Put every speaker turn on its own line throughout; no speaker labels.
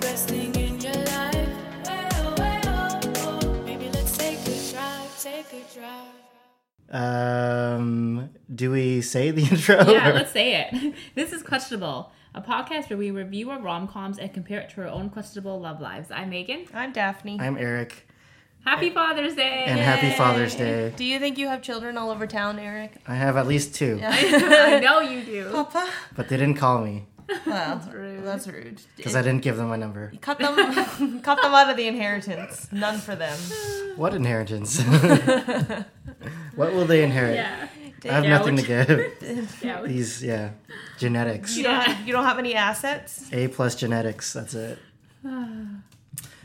best thing in your life. Well, well, oh, Maybe let's take a drive, take a drive.
Um, do we say the intro?
Yeah,
or-
let's say it. This is Questionable, a podcast where we review our rom coms and compare it to our own questionable love lives. I'm Megan.
I'm Daphne.
I'm Eric,
Happy Father's Day!
and happy Father's Day.
Do you think you have children all over town, Eric?
I have at least two,
I know you do.
Papa?
but they didn't call me
Well, that's rude. That's rude.
because I didn't give them my number.
Cut them, cut them out of the inheritance. None for them.
What inheritance? what will they inherit?
Yeah.
I have
Yeah,
nothing to
which-
give.
yeah. we-
These, yeah, genetics.
You don't have, you don't have any assets.
A plus genetics. That's it.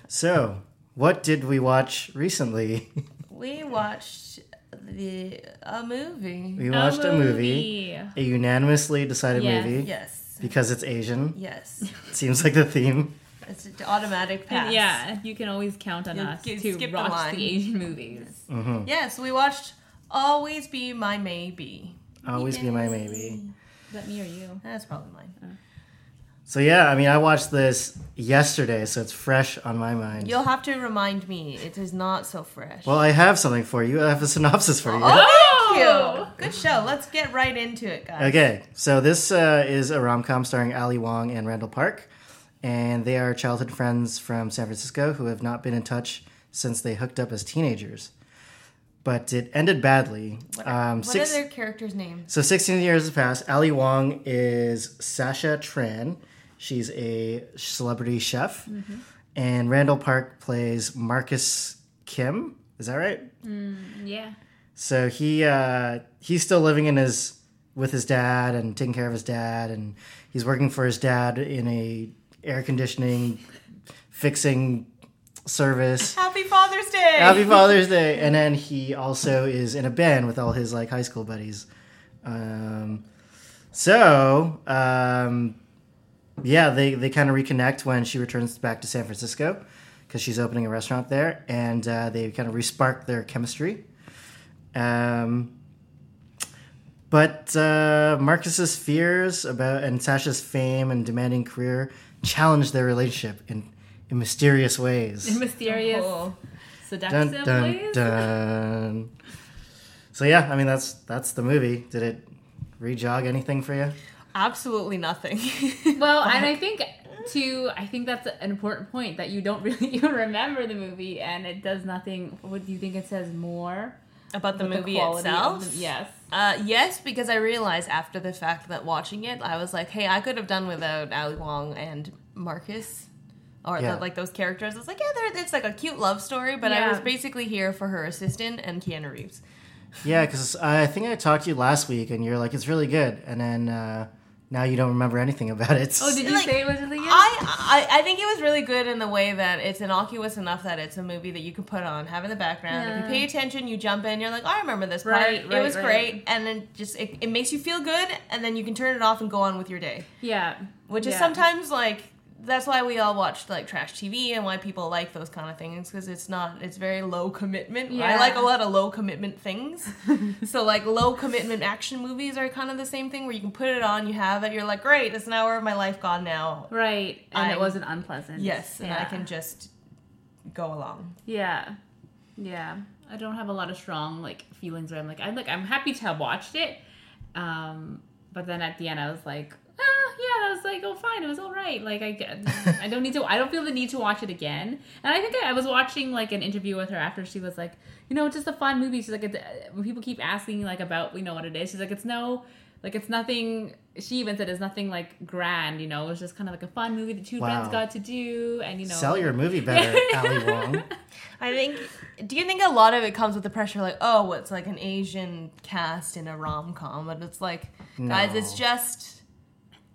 So, what did we watch recently?
We watched the a movie.
We watched a movie, a unanimously decided
Yes.
movie
Yes.
because it's Asian.
Yes.
Seems like the theme.
It's an automatic pass.
Yeah, you can always count on
You'll
us
get-
to
skip the
watch the,
line.
Asian movies.
Oh.
Yes, we watched Always Be My Maybe.
Always be my maybe.
Is that me or you?
That's probably mine.
So yeah, I mean, I watched this yesterday, so it's fresh on my mind.
You'll have to remind me. It is not so fresh.
well, I have something for you. I have a synopsis for you.
Oh, thank you. Good show. Let's get right into it, guys.
Okay, so this uh, is a rom com starring Ali Wong and Randall Park, and they are childhood friends from San Francisco who have not been in touch since they hooked up as teenagers. But it ended badly. Um,
What
six-
are their characters' names?
So 16 years has passed. Ali Wong is Sasha Tran. She's a celebrity chef. And Randall Park plays Marcus Kim. Is that right?
Yeah.
So he uh, he's still living in his with his dad and taking care of his dad and he's working for his dad in a air conditioning fixing service.
Happy Father's Day.
Happy Father's Day. And then he also is in a band with all his like high school buddies. Um, so um, yeah, they they kind of reconnect when she returns back to San Francisco because she's opening a restaurant there, and uh, they kind of respark their chemistry. Um, but uh, Marcus's fears about and Sasha's fame and demanding career challenge their relationship in, in mysterious ways
Mysterious,
Cool.
seductive
dun dun
ways.
dun. So yeah, I mean that's that's the movie. Did it rejog anything for you?
Absolutely nothing.
Well, and I think too, I think that's an important point that you don't really even remember the movie, and it does nothing. What do you think it says more?
About the
The
movie
quality of
itself?
the- yes.
Uh, yes, because I realized after the fact that watching it, I was like, hey, I could have done without Ali Wong and Marcus. Or
Yeah.
the, like those characters. It's like, yeah, they're, it's like a cute love story, but I
Yeah.
was basically here for her assistant and Keanu Reeves.
Yeah, because I think I talked to you last week, and you're like, it's really good, and then uh, now you don't remember anything about it.
Oh, did you
Like,
say it was really good?
I, I I think it was really good in the way that it's innocuous enough that it's a movie that you can put on, have in the background. If you
Yeah.
pay attention, you jump in, you're like, "Oh, I remember this part.
Right,
it
right,
was
right.
great, and then just it, it makes you feel good, and then you can turn it off and go on with your day.
yeah,
Which is
Yeah.
sometimes like that's why we all watch like trash TV and why people like those kind of things because it's not it's very low commitment. I
Yeah.
like a lot of low commitment things. so like low commitment action movies are kind of the same thing where you can put it on, you have it, you're like, great, it's an hour of my life gone now.
right, and it
I'm-
wasn't unpleasant.
Yes, and
yeah.
I can just go along.
Yeah, yeah. I don't have a lot of strong like feelings where I'm like, I'm like, I'm happy to have watched it, um, but then at the end I was like. "Ah, Yeah, I was like, oh, fine, it was all right. Like, I, get- I don't need to. I don't feel the need to watch it again. And I think I, I was watching like an interview with her after she was like, you know, it's just a fun movie. She's like, it's, uh, when people keep asking like about, you know, what it is, she's like, it's no, like it's nothing. She even said it's nothing like grand. You know, it was just kind of like a fun movie that two
Wow.
friends got to do, and you know,
Sell your movie better, Ali Wong.
I think. Do you think a lot of it comes with the pressure, like, oh, it's like an Asian cast in a rom com, but it's like, guys, it's
No.
just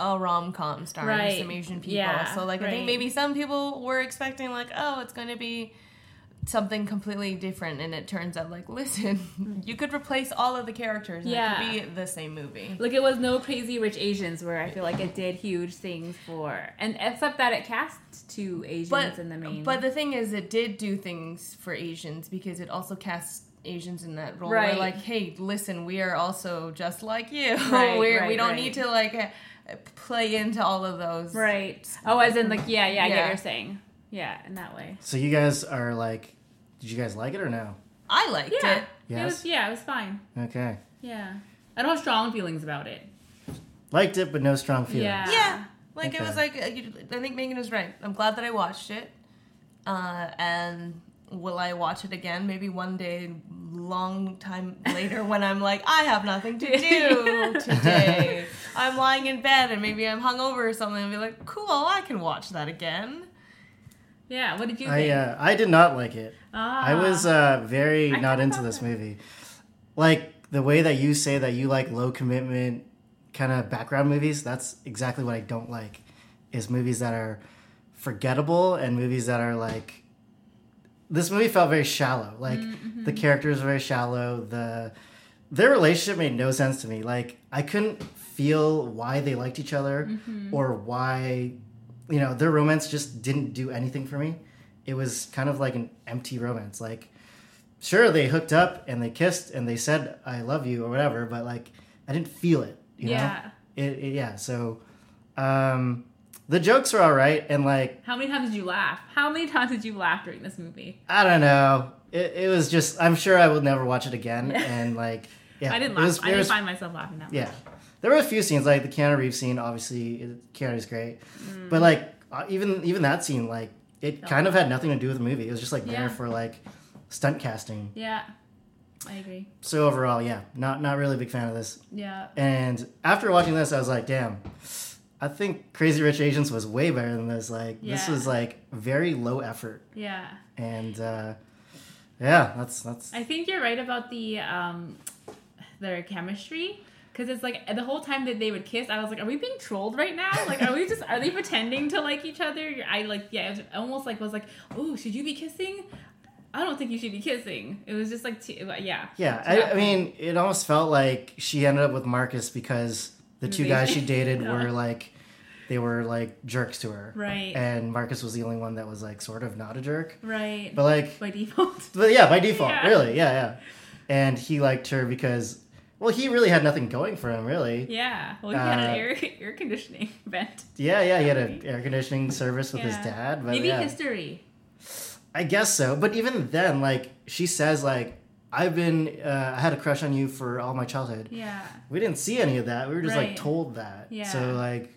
a rom com starring
Right.
some Asian people.
Yeah,
so like, I
right.
think maybe some people were expecting like, oh, it's going to be something completely different, and it turns out like, listen, you could replace all of the characters,
Hmm.
and
Yeah.
it could be the same movie.
Like it was no Crazy Rich Asians where I feel like it did huge things for, and except that it cast two Asians
But
in the main.
but the thing is, it did do things for Asians because it also casts Asians in that role. Where
Right.
like, hey, listen, we are also just like you.
Right,
We're, we
right,
don't
right.
need to like uh, play into all of those.
Right. Oh, as in like yeah, yeah, I get
Yeah.
what you're saying. Yeah, in that way.
So you guys are like, did you guys like it or no?
I liked
Yeah.
it.
It
Yes.
was yeah, it was fine.
Okay,
Yeah. I don't have strong feelings about it.
liked it, but no strong feelings.
Yeah.
Yeah. Like it
Okay.
was like uh, you, I think Megan was right. I'm glad that I watched it. Uh, and will I watch it again? Maybe one day, long time later, when I'm like, I have nothing to do today. I'm lying in bed, and maybe I'm hungover or something. And be like, cool, I can watch that again.
Yeah. What did you
I
think?
uh, I did not like it.
ah.
I was uh, very
I
not
kinda
into
thought
this
that.
movie. Like the way that you say that you like low commitment kind of background movies, that's exactly what I don't like. Is movies that are forgettable and movies that are like this movie felt very shallow. Like the characters were very shallow. The their relationship made no sense to me. Like I couldn't feel why they liked each other or why you know their romance just didn't do anything for me. It was kind of like an empty romance. Like sure they hooked up and they kissed and they said I love you or whatever, but like I didn't feel it. You
Yeah.
Know? It, it yeah. So um, the jokes were all right and like
How many times did you laugh? How many times did you laugh during this movie?
I don't know. It, it was just. I'm sure I will never watch it again.
Yeah.
And like, yeah,
I didn't
it
laugh.
was-
I
it
didn't
was-
find myself laughing that much.
yeah, there were a few scenes like the Keanu Reeves scene. Obviously, it- Keanu's great, but like uh, even even that scene, like it
Mm. Felt
kind of had nothing to do with the movie. It was just like there
Yeah.
for like stunt casting.
Yeah. I agree.
So overall, yeah, not not really a big fan of this.
Yeah.
And after watching this, I was like, damn. I think Crazy Rich Asians was way better than this. Like this
Yeah.
was like very low effort,
Yeah.
and uh, yeah, that's that's
I think you're right about the um their chemistry because it's like the whole time that they would kiss, I was like, are we being trolled right now? Like, are we just are they pretending to like each other? I like yeah, it was almost like was like, oh, should you be kissing? I don't think you should be kissing. It was just like too, yeah.
Yeah,
Too
I, I
awkward.
mean, it almost felt like she ended up with Marcus because the two
They-
guys she dated
Yeah.
were like, they were like jerks to her,
Right.
And Marcus was the only one that was like sort of not a jerk,
right
but like,
by default.
but yeah, by default,
Yeah.
really, yeah, yeah. And he liked her because, well, he really had nothing going for him, really.
Yeah. Well, he had
Uh,
an air air conditioning vent.
Yeah, yeah, he had an air conditioning service with his
Yeah.
dad, but
Maybe
yeah,
history.
I guess so. But even then, like, she says, like, I've been, uh, I had a crush on you for all my childhood.
Yeah.
we didn't see any of that. We were just like
Right.
told that.
Yeah.
So like,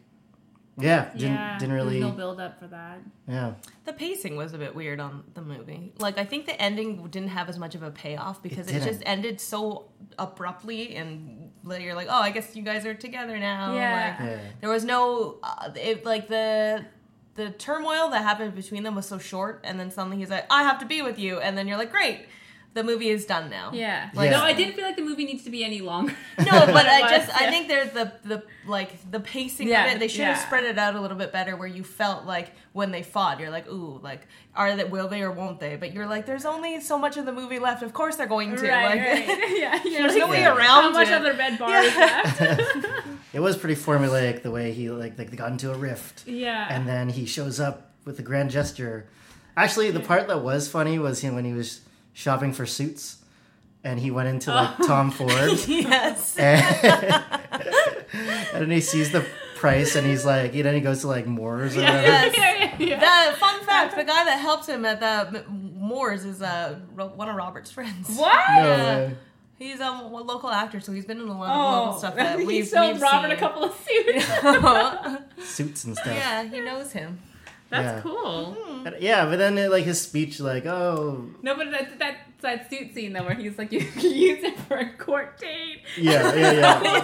yeah, didn't
yeah.
didn't
There's
really.
no build up for that.
Yeah,
The pacing was a bit weird on the movie. Like I think the ending didn't have as much of a payoff because it,
didn't.
just ended so abruptly and like, you're like, "Oh, I guess you guys are together now."
Yeah.
Like,
yeah,
there was no uh, it, like the the turmoil that happened between them was so short and then suddenly he's like, "I have to be with you." And then you're like, "Great. The movie is done now."
Yeah.
Like-
no, I didn't feel like the movie needs to be any longer.
No, but I
Otherwise,
just I
yeah.
think there's the the like the pacing
Yeah,
of it. They should have
yeah.
spread it out a little bit better, where you felt like when they fought, you're like, ooh, like are they will they or won't they? But you're like, there's only so much of the movie left. Of course they're going to.
Right,
like,
right. Yeah, yeah.
There's
like,
no way
Yeah.
around
How much
it.
other red bar is
Yeah.
left?
it was pretty formulaic the way he like like they got into a rift,
yeah.
and then he shows up with a grand gesture. Actually, the part that was funny was him when he was shopping for suits, and he went into like
Oh.
Tom Ford,
yes.
and, and then he sees the price, and he's like, and then he goes to like Moore's or whatever.
Yes.
yeah, yeah, yeah.
The fun fact: the guy that helps him at the M- Moors is uh, Ro- one of Robert's friends.
What?
No, uh,
He's um, a local actor, so he's been in a lot of
Oh,
local stuff that
he
we've,
sold
we've
Robert
seen.
a couple of suits.
suits and stuff.
yeah, he knows him.
That's
Yeah.
cool.
And- yeah, but then uh, like his speech, like, oh,
No, but that, that that suit scene though, where he's like, you can use it for a court date.
Yeah, yeah,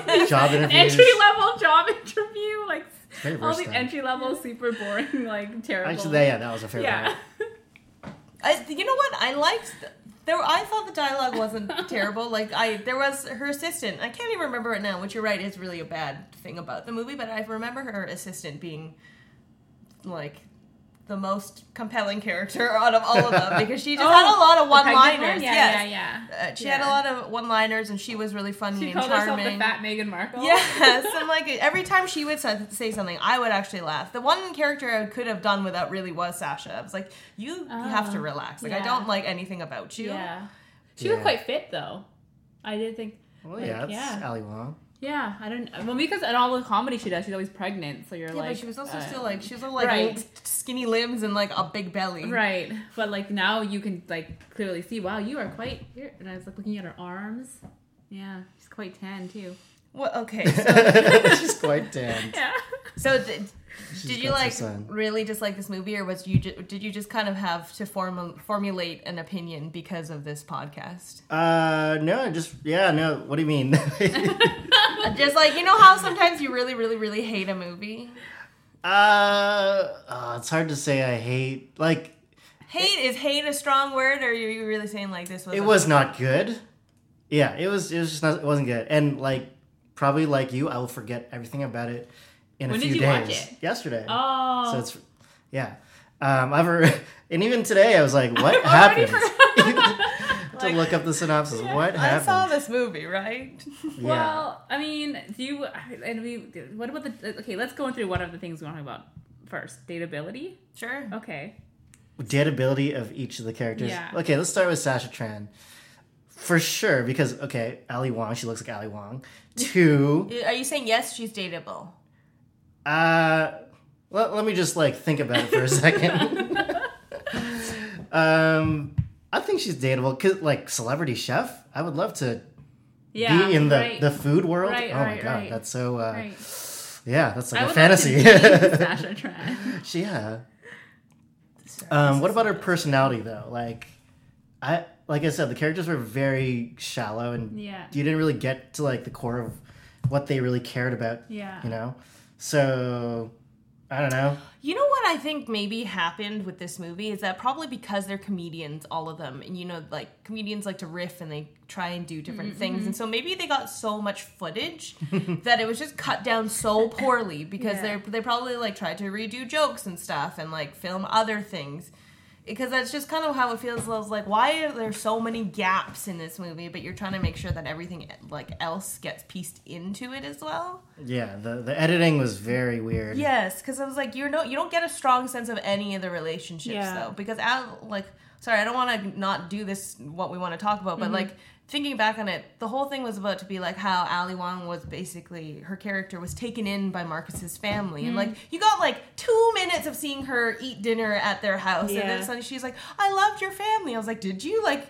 yeah. Job
An
interviews.
entry level job interview, like
Very
all these
versatile.
entry level, super boring, like terrible.
Actually, that, yeah, that was a fair
yeah.
one.
I, you know what? I liked. th- There, I thought the dialogue wasn't terrible. Like I, there was her assistant. I can't even remember it now. Which you're right is really a bad thing about the movie. But I remember her assistant being like the most compelling character out of all of them because she just
Oh,
had a lot of
the pregnant
one-liners.
one? Yeah,
yes.
yeah, yeah.
Uh, she had a
Yeah.
lot of one-liners, and she was really funny
She
and
called
charming.
herself the fat Meghan Markle.
Yes, and like every time she would sa- say something, I would actually laugh. The one character I could have done without really was Sasha. I was like, you have to
Oh,
relax. Like I
yeah.
don't like anything about you.
Yeah. She
Yeah.
was quite fit though. I did think.
Well, yeah,
Like,
it's
yeah.
Ali Wong.
Yeah, I don't. Well, because in all the comedy she does, she's always pregnant. So you're
Yeah,
like,
but she was also
uh,
still like she was all like
right.
l- skinny limbs and like a big belly.
right. But like now you can like clearly see, wow, you are quite. Here. And I was like looking at her arms. Yeah, she's quite tan too.
What? Okay. So,
She's quite damned.
Yeah.
so did,
She's
did you
got some
like
sun.
really dislike this movie, or was you ju- did you just kind of have to form formulate an opinion because of this podcast?
Uh, no, just yeah, no. What do you mean?
just like you know how sometimes you really, really, really hate a movie.
uh, oh, it's hard to say. I hate like
Hate is hate a strong word, or are you really saying like this was?
it was not good. Yeah, it was. It was just not. It wasn't good. And like probably like you, I will forget everything about it in
When
a
did
few
you
days.
watch it?
Yesterday.
Oh.
So it's yeah. Um, I've re- and even today I was like, what
already
happened? to
Like-
look up the synopsis. What
I
happened?
saw this movie, right?
Yeah.
Well, I mean, do you? And we. What about the? Okay, let's go through one of the things we want to talk about first. Dateability.
Sure.
Okay.
Dateability of each of the characters.
Yeah.
Okay, let's start with Sasha Tran. For sure, because okay, Ali Wong, she looks like Ali Wong. Two,
Are you saying yes? She's dateable.
uh, let, let me just like think about it for a second. um, I think she's dateable. Cause like celebrity chef, I would love to
Yeah.
be in the,
right.
the food world.
Right,
oh my
right,
god,
right.
that's so. Uh,
Right.
Yeah, that's like
I
a
would like to
fantasy.
date Sasha Tran.
She- yeah. Um, what about her personality though? Like, I like I said, the characters were very shallow, and
Yeah.
you didn't really get to like the core of what they really cared about.
Yeah.
You know, so I don't know.
You know what I think maybe happened with this movie is that probably because they're comedians, all of them, and you know, like comedians like to riff and they try and do different things, and so maybe they got so much footage that it was just cut down so poorly because
Yeah.
they're they probably like tried to redo jokes and stuff and like film other things. Because that's just kind of how it feels. I was like, why are there so many gaps in this movie? But you're trying to make sure that everything like else gets pieced into it as well.
Yeah, the the editing was very weird.
Yes, because I was like, you're no, you don't get a strong sense of any of the relationships
Yeah.
though, because Al, like, sorry, I don't want to not do this what we want to talk about, but
Mm-hmm.
like thinking back on it, the whole thing was about to be like how Ali Wong was basically her character was taken in by Marcus's family, and like
Mm-hmm.
you got like two minutes of seeing her eat dinner at their house, and
Yeah.
then suddenly she's like, I loved your family. I was like, did you like?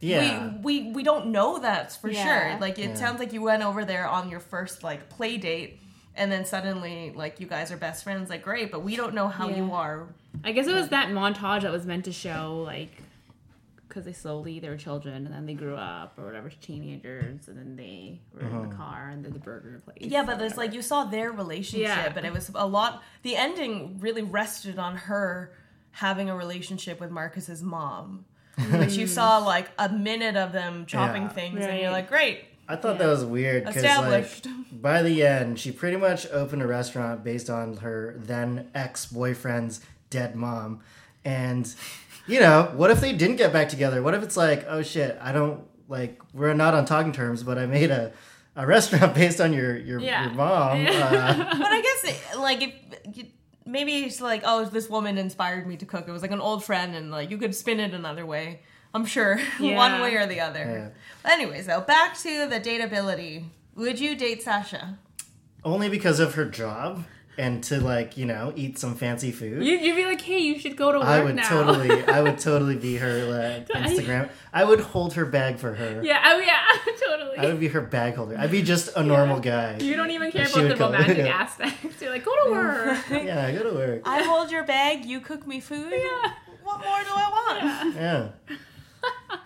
Yeah.
We, we we don't know that for
Yeah.
sure. Like it
Yeah.
sounds like you went over there on your first like play date and then suddenly like you guys are best friends like great, but we don't know how you
Yeah.
are.
I guess
uh,
it was that montage that was meant to show like because they slowly they were children and then they grew up or whatever teenagers and then they were in
Uh-huh.
the car and then the burger place.
Yeah, but there's like you saw their relationship,
Yeah.
but it was a lot the ending really rested on her having a relationship with Marcus's mom. but you saw like a minute of them chopping
Yeah.
things and you're
Right.
like, Great,
I thought that was weird because like
established.
by the end, she pretty much opened a restaurant based on her then ex boyfriend's dead mom. And, you know, what if they didn't get back together? What if it's like, oh shit, I don't, like, we're not on talking terms, but I made a, a restaurant based on your, your,
Yeah.
your mom? Uh,
but I guess it, like if you, maybe it's like oh this woman inspired me to cook. It was like an old friend, and like you could spin it another way. I'm sure one
Yeah.
way or the other. Anyways, though, back to the dateability. Would you date Sasha?
only because of her job and to, like, you know, eat some fancy food.
You, you'd be like, hey, you should go to work
I would
now.
totally, I would totally be her like, Instagram. I would hold her bag for her.
yeah, oh, yeah, totally.
I would be her bag holder. I'd be just a normal guy.
you don't even care
She
about
would
the
go-
romantic
yeah.
aspect. You're like, go to work.
Yeah, go to work.
I hold your bag. You cook me food.
yeah.
What more do I want?
Yeah.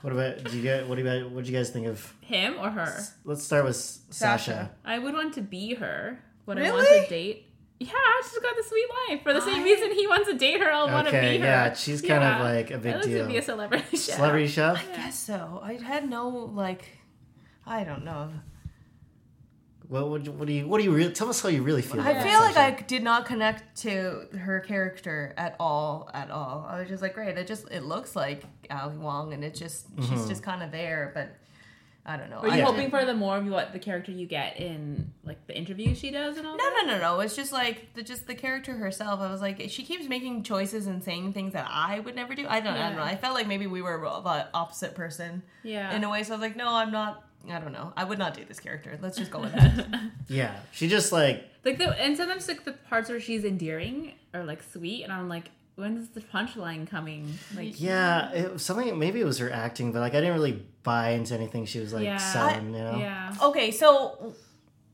what about do you guys? What do you guys? What do you guys think of?
Him or her?
Let's start with S- Sasha.
I would want to be her, but I want
Really?
to date. Yeah, she's got the sweet life. For the same
I-
reason he wants to date her, I want to
Okay,
be her.
yeah, she's kind of like a big
I like
deal.
to be a celebrity chef.
Celebrity chef.
I guess so. I had no like. I don't know.
What would you- what do you what do you really tell us how you really feel?
I
about
feel like I
Sasha.
did not connect to her character at all, at all. I was just like, great. It just it looks like Ali Wong, and it just she's just kind of there, but I don't know.
Are you
I
hoping
didn't-
for the more of what the character you get in like the interviews she does and all
No,
that?
no, no, no. It's just like the just the character herself. I was like, she keeps making choices and saying things that I would never do. I don't, I don't know.
Yeah.
I felt like maybe we were the opposite person
Yeah.
in a way. So I was like, no, I'm not I don't know. I would not date this character. Let's just go with that.
Yeah, she just like
Like the and sometimes like the parts where she's endearing or like sweet, and I'm like, when's the punchline coming? Like,
yeah, it was something. Maybe it was her acting, but like I didn't really buy into anything she was like
Yeah.
selling. You know,
yeah.
okay, so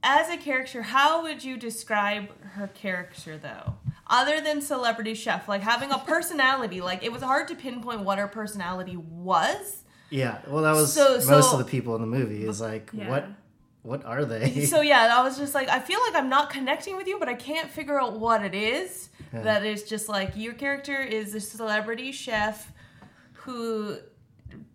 as a character, how would you describe her character though? Other than celebrity chef, like having a personality, like it was hard to pinpoint what her personality was.
yeah. Well, that was
So-
most
so-
of the people in the movie. Is like
Yeah.
what what are they?
So yeah, I was just like, I feel like I'm not connecting with you, but I can't figure out what it is. That is just like your character is a celebrity chef who,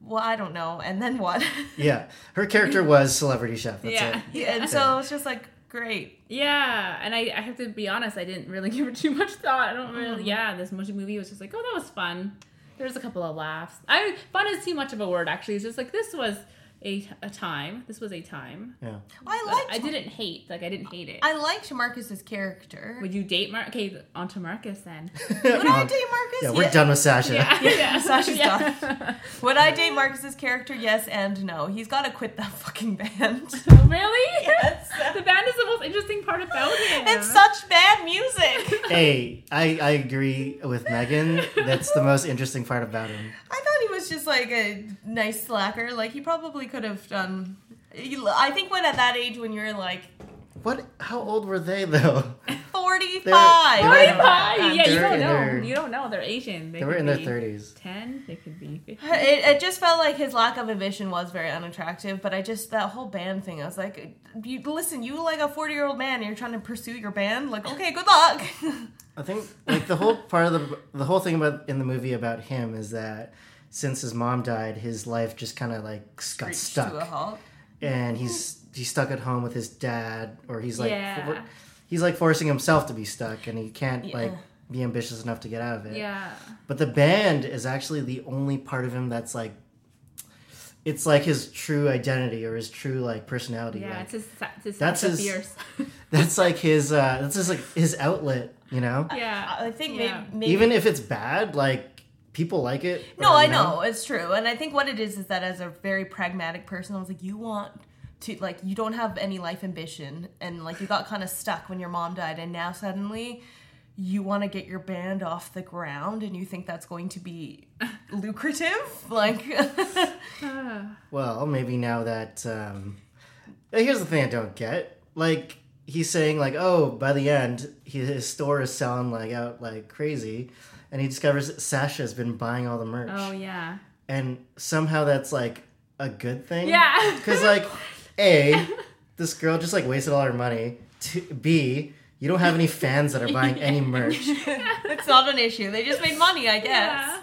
well, I don't know, and then what?
yeah, her character was celebrity chef. That's
Yeah.
it.
and so it's just like great.
Yeah, and I, I have to be honest, I didn't really give it too much thought. I don't really.
Mm-hmm.
Yeah, this motion movie was just like, oh, that was fun. There's a couple of laughs. I fun is too much of a word actually. It's just like this was a, a time. This was a time.
Yeah.
I
But
liked
I didn't hate. Like I didn't hate it.
I liked Marcus's character.
Would you date Mark? Okay, on to Marcus then.
Would I date Marcus?
yeah,
Yes.
we're done with Sasha.
yeah, yeah.
Sasha's
yeah.
Would I date Marcus's character? Yes and no. He's got to quit that fucking band.
Oh, Really?
Yes.
the band is the most interesting part about him.
it's such bad music.
Hey, I, I agree with Megan. That's the most interesting part about him.
I thought he was just like a nice slacker. Like he probably could have done. you- I think when at that age, when you're like
What? How old were they though? They're-
45.
they're-
Hi, yeah, you
They're
don't
in
know.
their-
you don't know. They're Asian.
They were
could
in their
be
thirties.
Ten. They could be. 50.
It, it just felt like his lack of ambition was very unattractive, but I just, that whole band thing, I was like, you, listen, you like a 40 year old man, and you're trying to pursue your band? Like, okay, good luck.
I think like the whole part of the the whole thing about in the movie about him is that since his mom died, his life just kind of like s- got
Reached
stuck,
To a halt.
and he's he's stuck at home with his dad, or he's like
Yeah.
for- he's like forcing himself to be stuck, and he can't like
Yeah.
be ambitious enough to get out of it.
Yeah.
But the band is actually the only part of him that's like it's like his true identity or his true like personality.
Yeah,
like,
it's his, it's his
That's
that's
his-
fierce.
that's like his uh that's just like his outlet, you know?
yeah,
I think
yeah.
maybe, maybe
Even if it's bad, like people like it.
No,
or,
I
you
know it's true, and I think what it is is that as a very pragmatic person, I was like, you want to like you don't have any life ambition, and like you got kind of stuck when your mom died, and now suddenly you want to get your band off the ground, and you think that's going to be lucrative, like.
Uh,
Well, maybe now that um here's the thing I don't get. Like he's saying like, "Oh, by the end, he, his store is selling like out like crazy." And he discovers that Sasha's been buying all the merch.
Oh yeah.
and somehow that's like a good thing.
Yeah.
Because like, a, this girl just like wasted all her money. T- B, you don't have any fans that are buying any merch.
it's not an issue. They just made money, I guess.
Yeah.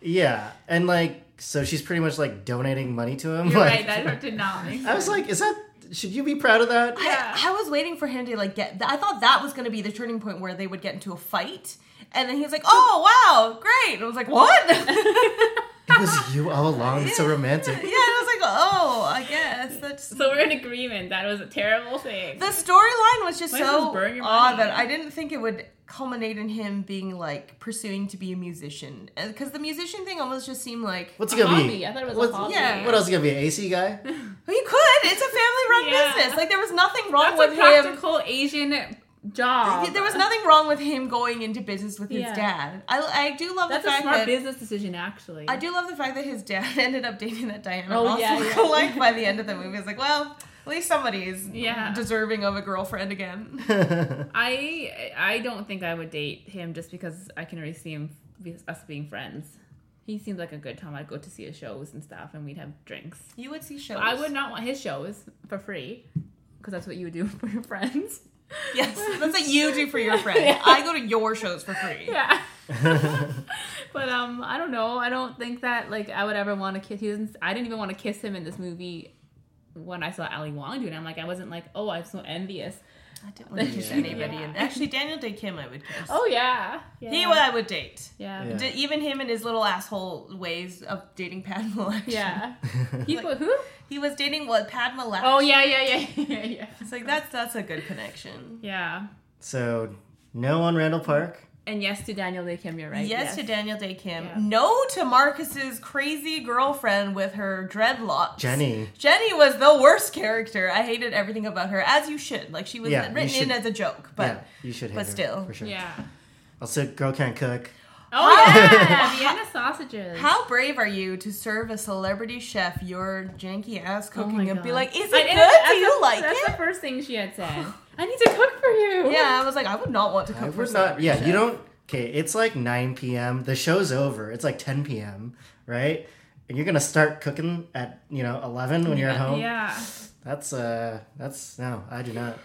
Yeah, and like, so she's pretty much like donating money to him.
You're
like,
right. That hurt did not make
I was like, is that? Should you be proud of that?
Yeah.
I, I was waiting for him to like get. I thought that was going to be the turning point where they would get into a fight, and then he was like, "Oh wow, great!" And I was like, "What?"
It was you all along. It's so romantic.
Yeah, and I was like, oh, I guess that's.
So we're in agreement. That was a terrible thing.
The storyline was just
Why does
so
this burn your
odd
money?
that I didn't think it would culminate in him being like pursuing to be a musician, because the musician thing almost just seemed like
What's he
A
gonna be?
hobby. I thought it was a
What's-
hobby.
yeah.
What else is he gonna be? An AC guy?
well, "Oh, you could. It's a family-run
Yeah.
business. Like there was nothing wrong
That's a
with him.
practical Asian job.
There was nothing wrong with him going into business with his
Yeah.
dad. I, I do love
That's
the
a
fact
smart
that
business decision, actually.
I do love the fact that his dad ended up dating that Diana
Oh,
Ross
yeah, yeah.
lookalike by the end of the movie. It's like, well, at least somebody's
Yeah.
deserving of a girlfriend again.
I I don't think I would date him just because I can already see him be- us being friends. He seemed like a good time. I'd go to see his shows and stuff, and we'd have drinks.
You would see shows.
I would not want his shows for free because that's what you would do for your friends.
Yes, that's what you do for your friend.
Yeah.
I go to your shows for free.
Yeah. but um, I don't know. I don't think that like I would ever want to kiss. He doesn't. I didn't even want to kiss him in this movie when I saw Ali Wong do it. I'm like, I wasn't like, oh, I'm so envious.
I didn't want to kiss
Yeah.
anybody. And actually, Daniel Day Kim, I would kiss.
Oh yeah. yeah.
He, I would date.
Yeah.
Yeah.
D- even him and his little asshole ways of dating Padma. Lakshmi.
Yeah. He put who?
he was dating what Padma. Lakshmi.
Oh yeah, yeah, yeah, yeah, yeah.
it's like that's that's a good connection.
Yeah.
so no on Randall Park.
and yes to Daniel Day Kim. You're right.
Yes, to Daniel Day Kim.
Yeah.
No to Marcus's crazy girlfriend with her dreadlocks.
Jenny.
Jenny was the worst character. I hated everything about her, as you should. Like she was
Yeah, you
written in
should.
as a joke, but
yeah, you should hate
but
her,
still.
for sure.
Yeah.
Also, girl can't cook.
Oh yeah, Vienna sausages.
how brave are you to serve a celebrity chef your janky ass
Oh my
cooking and
God.
be like, "Is it
I-
good?
and that's-
Do you
that's-
like
That's
it?"
the first thing she had said. I need to cook for you.
Yeah, I was like, I would not want to cook
I
for
would not.
celebrity
Yeah,
chef.
you don't. Okay, it's like 9 p.m. The show's over. It's like 10 p.m. Right, and you're gonna start cooking at you know 11 when you're at home.
Yeah.
That's uh, that's no, I do not.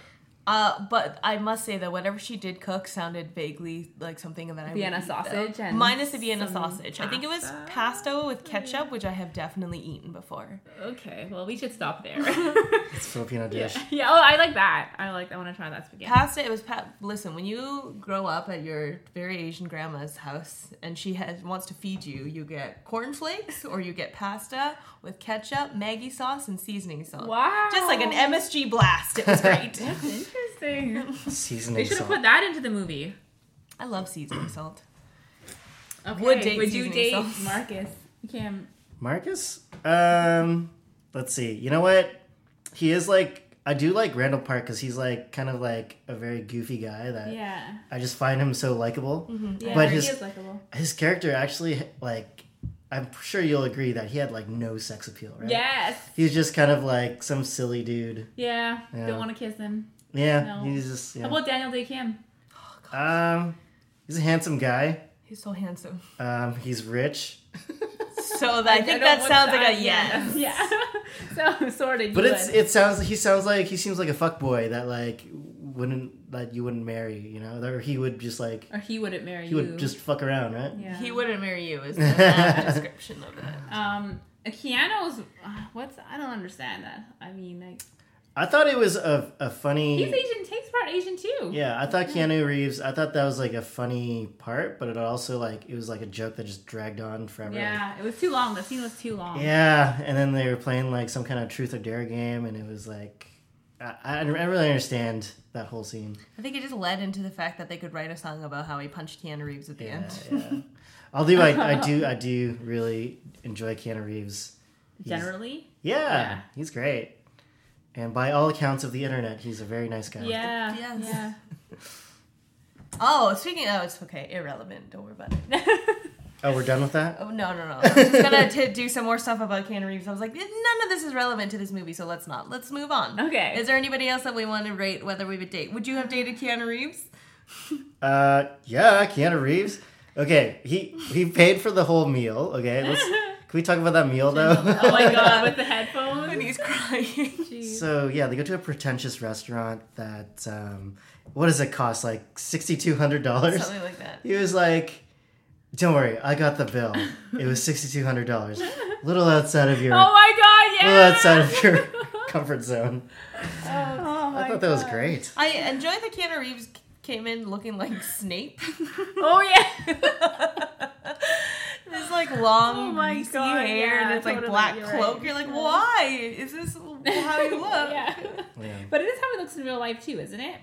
Uh, but I must say that whatever she did cook sounded vaguely like something that I
Vienna
would eat, though.
sausage and
minus the Vienna
some
sausage. I think it was
pasta.
pasta with ketchup, which I have definitely eaten before.
Okay. Well, we should stop there.
It's a Filipino
yeah.
dish.
yeah. Oh, I like that. I like. I want to try that spaghetti.
Pasta. It was pa- listen. When you grow up at your very Asian grandma's house and she has wants to feed you, you get cornflakes or you get pasta with ketchup, Maggie sauce, and seasoning salt.
Wow.
Just like an MSG blast. It was great.
That's interesting. they
Seasoning
should have
salt.
put that into the movie.
I love seasoning salt.
Okay.
Would date
you
seasoning
date
sauce.
Marcus? Kim.
Marcus? Um, let's see. You know what? He is like I do like Randall Park because he's like kind of like a very goofy guy that
Yeah. Mm-hmm.
I just find him so likable.
Yeah.
Uh, But
he
his-
is likable.
His character actually like I'm sure you'll agree that he had like no sex appeal, right?
Yes.
He's just kind of like some silly dude.
Yeah.
Yeah.
Don't want to kiss him.
Yeah,
No.
he's just yeah.
How about Daniel Day Kim?
um, he's a handsome guy.
Oh, He's so handsome.
Um, he's rich,
So that, I
don't
think that
want
sounds like a yes.
yeah. Yeah. so sorted.
but
you
it's
would.
it sounds he sounds like he seems like a fuck boy that like wouldn't that you wouldn't marry, you know, or he would just like
or he wouldn't marry
He
you.
would just fuck around, right?
Yeah.
He wouldn't marry you is the uh, description of it.
Um, Keanu's. uh, What's I don't understand that. I mean, like
I thought it was a, a funny.
he's Asian, takes part Asian too.
Yeah, I thought Keanu Reeves. I thought that was like a funny part, but it also like it was like a joke that just dragged on forever.
Yeah, it was too long. The scene was too long.
Yeah, and then they were playing like some kind of truth or dare game, and it was like, I, I, I don't really understand that whole scene.
I think it just led into the fact that they could write a song about how he punched Keanu Reeves at the
Yeah,
end.
yeah. Although I, I do I do really enjoy Keanu Reeves.
Generally.
Yeah,
Yeah.
he's great, and by all accounts of the internet, he's a very nice guy.
Yeah.
Yes.
Yeah.
Oh, speaking oh, it's okay, irrelevant. Don't worry about it.
Oh, we're done with that.
Oh no, no, no. I'm just gonna t- do some more stuff about Keanu Reeves. I was like, none of this is relevant to this movie, so let's not. Let's move on.
Okay.
Is there anybody else that we want to rate whether we would date? Would you have dated Keanu Reeves?
Uh, yeah, Keanu Reeves. Okay, he he paid for the whole meal. Okay, let's can we talk about that meal though?
oh my god, with the headphones.
And he's crying.
Jeez.
so yeah, they go to a pretentious restaurant that um, what does it cost? Like sixty two hundred dollars.
Something like that.
He was like, "Don't worry, I got the bill. It was sixty two hundred dollars. Little outside of your
Oh my god. Yeah.
little outside of your comfort zone."
Oh my
I thought that was great.
I enjoy that Keanu Reeves c- came in looking like Snape.
Oh yeah.
this like
Oh
long
my
greasy
God,
hair
yeah,
and it's like
totally,
black
you're
cloak.
right.
You're like,
Yeah.
why is this how you look?
yeah.
Yeah.
But it is how he looks in real life too, isn't it?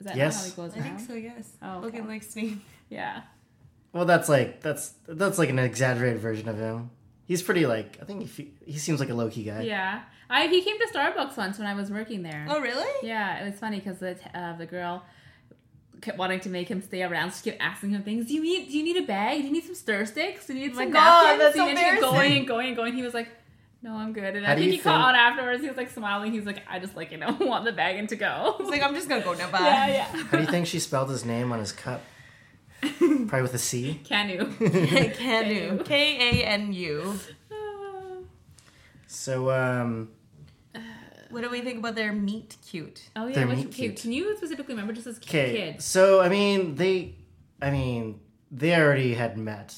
Is that
Yes.
how he goes
I think
around?
so. Yes,
Oh, okay.
looking like Snape.
Yeah.
Well, that's like that's that's like an exaggerated version of him. He's pretty like I think if he, he seems like a low key guy.
Yeah. I he came to Starbucks once when I was working there.
Oh, really?
Yeah, it was funny because the, t- uh, the girl kept wanting to make him stay around. She kept asking him things. Do you need? Do you need a bag? Do you need some stir sticks? Do you need
my
some
God,
napkins?
that's
Do you need-" She kept
embarrassing.
going and going and going. He was like, "No, I'm good." And
How
I
do
think
you
he caught
think-
on afterwards. He was like smiling. He's like, "I just like you know want the bag and to
It's
go."
like I'm just gonna go now. Bye.
yeah, yeah.
How do you think she spelled his name on his cup? Probably with a C.
Canu.
Canu. K A N U.
So um
What do we think about their meat cute?
oh yeah.
They're
Which,
meat
okay,
cute.
Can you specifically remember just as
okay.
kid?
So I mean they I mean they already had met.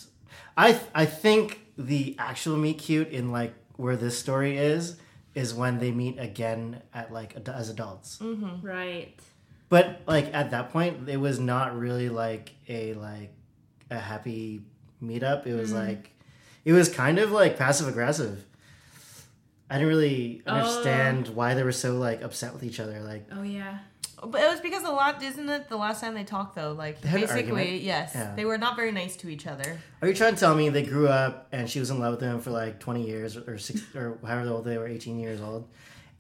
I th- I think the actual meet cute in like where this story is is when they meet again at like ad- as adults.
Right.
But like at that point, it was not really like a like a happy meetup. It was like it was kind of like passive aggressive. I didn't really understand why they were so like upset with each other. Like
Oh yeah.
But it was because a lot, isn't it? The last time they talked, though, like
had an
basically,
argument.
yes,
Yeah.
they were not very nice to each other.
Are you trying to tell me they grew up and she was in love with him for like 20 years or six or however old they were, 18 years old,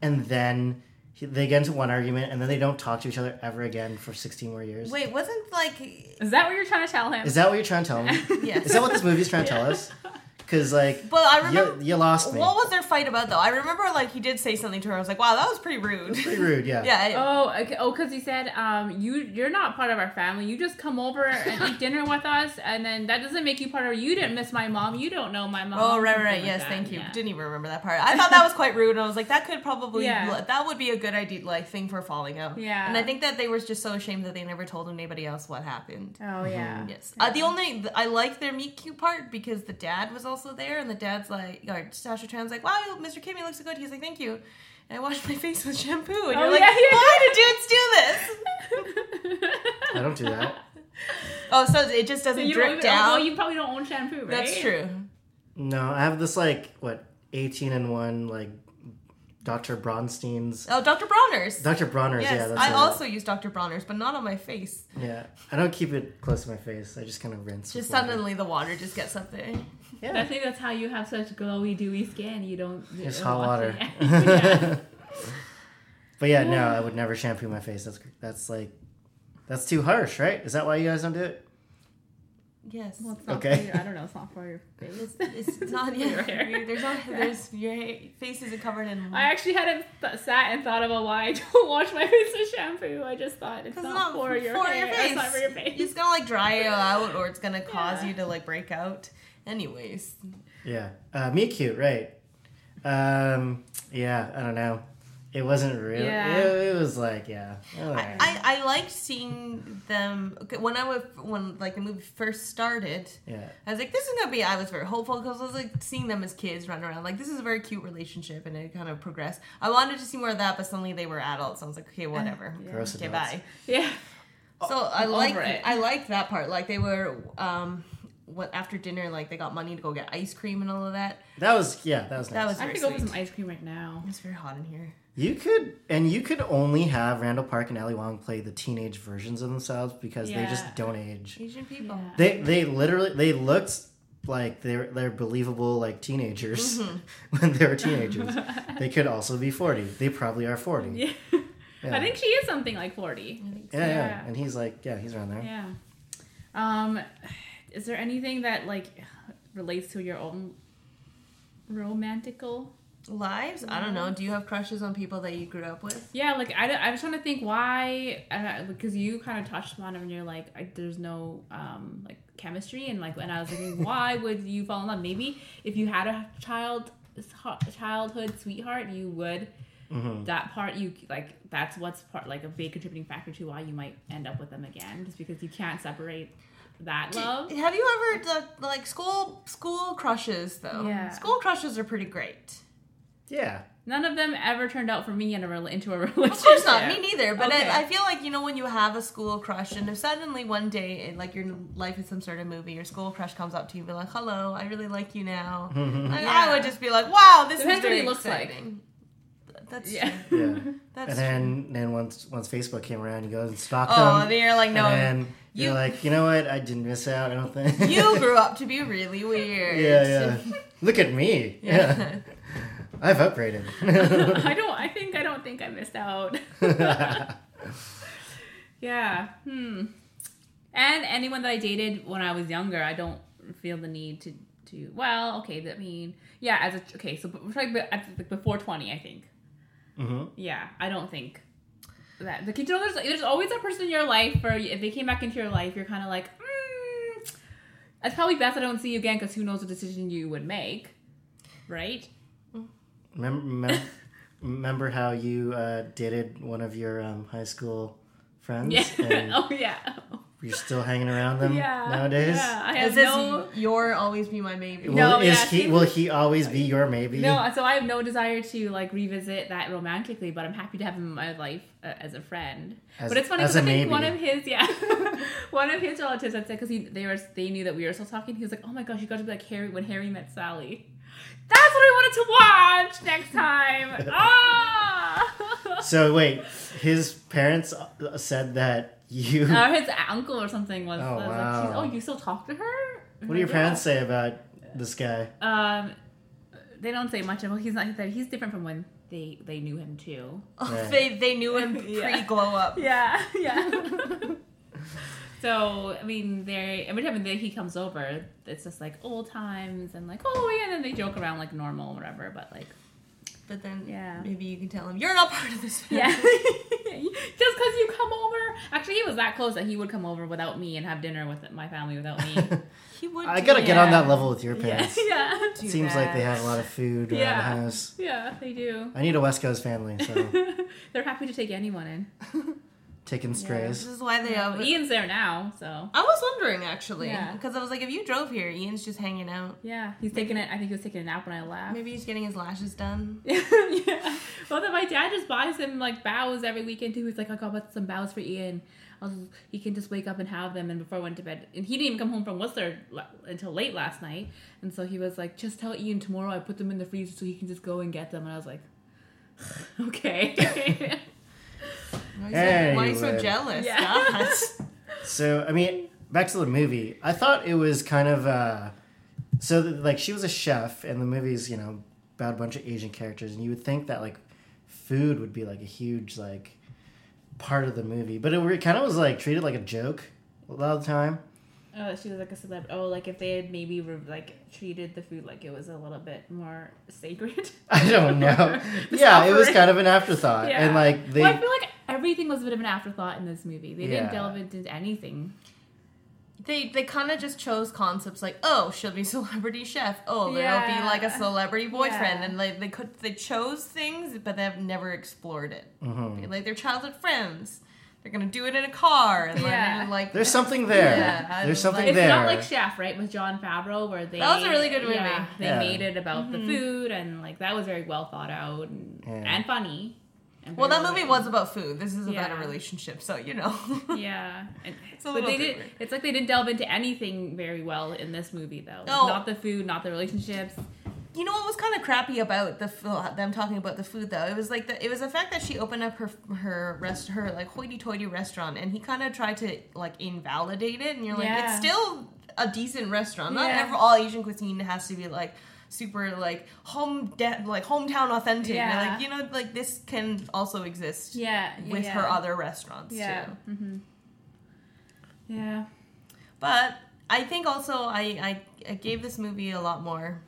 and then he- they get into one argument and then they don't talk to each other ever again for 16 more years?
Wait, wasn't like
Is that what you're trying to tell him?
Is that what you're trying to tell me?
yes?
Is that what this movie's trying to tell us? Because like,
but I
you,
remember
you lost me.
what was their fight about though? I remember like he did say something to her. I was like, wow, that was pretty rude.
Pretty rude, yeah.
yeah, yeah.
Oh, okay. oh, because he said, um, you you're not part of our family. You just come over and eat dinner with us, and then that doesn't make you part of. You didn't miss my mom. You don't know my mom.
Oh, right, right, right.
something like
Yes,
that,
thank you.
yeah.
Didn't even remember that part. I thought that was quite rude, and I was like, that could probably
Yeah.
that would be a good idea, like thing for falling out.
Yeah.
and I think that they were just so ashamed that they never told anybody else what happened.
Oh yeah.
Yes. Uh, the only I like their meet cute part because the dad was also there, and the dad's like, or Sasha Tran's like, "Wow, Mr. Kimmy looks so good." He's like, "Thank you," and I washed my face with shampoo, and
Oh,
you're like,
yeah, yeah,
"Why do dudes do this?"
I don't do that.
Oh, so it just doesn't
you
drip
don't even,
down.
Well, you probably don't own shampoo, right?
That's true.
No, I have this like what 18 and one like Dr. Bronstein's.
Oh, Dr. Bronner's.
Dr. Bronner's, yeah.
Yes,
That's
I
it.
also use Dr. Bronner's, but not on my face.
Yeah, I don't keep it close to my face. I just kind of rinse.
Just
with water.
suddenly the water just gets up there.
I think that's how you have such glowy, dewy skin. You don't.
It's
you
hot
wash
water.
it. Yeah.
But yeah, no, I would never shampoo my face. That's that's like, that's too harsh, right? Is that why you guys don't do it?
Yes.
Well, it's not
Okay.
for your- I don't know. It's not for your face.
it's not
for your
yeah.
hair.
There's not there's your ha- face is covered in
I actually hadn't th- sat and thought about why I don't wash my face with shampoo. I just thought it's
'Cause
not, for, your, hair. It's not for your face.
It's gonna like dry you out, or it's gonna cause
Yeah.
you to like break out. Anyways,
Yeah, uh, me cute, right? Um, yeah, I don't know. It wasn't real.
Yeah.
It, it was like yeah. alright.
I, I liked seeing them okay, when I was when like the movie first started.
yeah.
I was like, this is gonna be. I was very hopeful because I was like seeing them as kids run around. Like this is a very cute relationship, and it kind of progressed. I wanted to see more of that, but suddenly they were adults. I was like, okay, whatever.
Yeah. Oh,
Gross
Okay,
adults.
bye.
Yeah.
So I like
over it.
I liked that part. Like they were um, what after dinner, like they got money to go get ice cream and all of that.
That was yeah. That was nice.
That was
I
very
could go for
sweet.
some ice cream right now.
It's very hot in here.
You could, and you could only have Randall Park and Ali Wong play the teenage versions of themselves because they
Yeah.
just don't age.
Asian people.
Yeah.
They they literally they looked like they're they're believable like teenagers
Mm-hmm.
when they were teenagers. they could also be forty. They probably are forty. Yeah,
Yeah. I think she is something like 40.
yeah.
yeah.
And he's like, yeah, he's around there.
Yeah. Um, is there anything that like relates to your own romantical?
Lives? I
Mm-hmm.
don't know. Do you have crushes on people that you grew up with?
Yeah, like I, I was trying to think why uh, because you kind of touched upon it when you're like I, there's no um like chemistry and like and I was thinking why would you fall in love? Maybe if you had a child childhood sweetheart, you would.
Mm-hmm.
That part you like that's what's part like a big contributing factor to why you might end up with them again just because you can't separate that love.
Have you ever done like school school crushes though?
Yeah.
School crushes are pretty great.
Yeah.
None of them ever turned out for me in a rela- into a relationship.
Of course not. Me neither. But
Okay.
I, I feel like you know when you have a school crush, and if suddenly one day, in, like your life is some sort of movie, your school crush comes up to you, and be like, "Hello, I really like you now."
Mm-hmm.
Like, I would just be like, "Wow, this
Mm-hmm. Depends
is
what
very
he looks like.
exciting." That's
Yeah.
true.
Yeah.
That's
and
true.
then then once once Facebook came around, you go and stalk
oh,
them.
then you're like,
and
"No,
then
you-
you're like, you know what? I didn't miss out. I don't think
you grew up to be really weird."
yeah, yeah. Look at me. yeah. I've upgraded.
I don't. I think I don't think I missed out. yeah. Hmm. And anyone that I dated when I was younger, I don't feel the need to to. Well, okay. That mean yeah. As a okay, so but we're talking about at- like, before twenty, I think.
hmm
Yeah, I don't think that. Like, you know, there's there's always a person in your life where if they came back into your life, you're kind of like, mm, it's probably best I don't see you again because who knows what decision you would make, right?
Mem- mem- remember how you uh, dated one of your um, high school friends,
Yeah.
and
oh yeah.
you're still hanging around them
yeah.
nowadays?
Yeah, I have
Is this
no.
your always be my maybe?
Will,
No,
is
yeah,
he?
see-
Will he always be your maybe?
No, so I have no desire to like revisit that romantically, but I'm happy to have him in my life uh, as a friend.
As-
but it's funny
as
because
a
I
maybe.
think one of his, yeah, one of his relatives had said because they were they knew that we were still talking. He was like, "Oh my gosh, you got to be like Harry when Harry met Sally." That's what I wanted to watch next time. Ah!
So wait, his parents uh, said that you.
Uh, his uncle or something was.
Oh,
was like,
wow.
she's, oh, you still talk to her?
what do your
Yeah.
parents say about this guy?
Um, they don't say much. Well, he's not. He's different from when they they knew him too.
Right.
Oh, they they knew him
Yeah.
pre glow up.
Yeah, yeah. so I mean, they every time that he comes over, it's just like old times and like oh yeah, and then they joke around like normal, whatever. But like
But then
Yeah.
maybe you can tell him you're not part of this. Family.
yeah, just because you come over. Actually, he was that close that he would come over without me and have dinner with my family without me.
he would.
I
do
gotta
that.
get on
Yeah.
that level with your
yeah,
parents.
yeah,
Do
Seems like they
that.
have a lot of food around
Yeah.
the house.
yeah. They do.
I need a West Coast family, so
They're happy to take anyone in.
taking
This
strays.
is why they. have.
Ian's there now, so
I was wondering actually,
Yeah.
because I was like, if you drove here, Ian's just hanging out.
yeah, he's taking it. I think he was taking a nap when I left.
Maybe he's getting his lashes done.
yeah. Well, then my dad just buys him like bows every weekend too. He's like, I got some bows for Ian. I'll, he can just wake up and have them. And before I went to bed, and he didn't even come home from Whistler la- until late last night. And so he was like, just tell Ian tomorrow I put them in the freezer so he can just go and get them. And I was like, okay.
Why are you so- why are you so
Anyway.
jealous?
Yeah.
God.
So I mean, back to the movie. I thought it was kind of uh, so that, like she was a chef, and the movie's you know about a bunch of Asian characters, and you would think that like food would be like a huge like part of the movie, but it, kind of was like treated like a joke a lot of the time.
oh, she was like a celebrity. Oh, like if they had maybe re- like treated the food like it was a little bit more sacred.
I don't know.
The
yeah, it was
suffering.
kind of an afterthought,
Yeah.
and like they
well, I feel like everything was a bit of an afterthought in this movie. They
Yeah.
didn't delve into anything.
They they kind of just chose concepts like, oh, she'll be celebrity chef. Oh, there'll
Yeah.
be like a celebrity boyfriend,
Yeah.
and like they could they chose things, but they've never explored it.
Mhm.
Like they're childhood friends. They're gonna do it in a car, and like,
Yeah.
and, like
there's something there.
Yeah, I
there's
was
something
like-
It's
there.
not like Chef, right? With John Favreau, where they
That was a really good
Yeah,
movie. Mm-hmm.
they
Yeah.
made it about the food and like that was very well thought out and,
Yeah.
and funny. And
Well,
very
that movie was about food. This is about a
Yeah.
relationship, so you know.
Yeah, and,
a
but
little
they did.
different.
It's like they didn't delve into anything very well in this movie, though. Like,
No.
Not the food, not the relationships.
you know what was kind of crappy about the f- them talking about the food though? It was like the it was the fact that she opened up her her rest her like hoity-toity restaurant, and he kind of tried to like invalidate it, and you're like,
Yeah.
it's still a decent restaurant. Not
Yeah.
every, all Asian cuisine has to be like super like home de- like hometown authentic. And,
Yeah.
like you know, like this can also exist
Yeah,
with
yeah.
her other restaurants
Yeah.
too.
Mm-hmm. Yeah.
But I think also I, I I gave this movie a lot more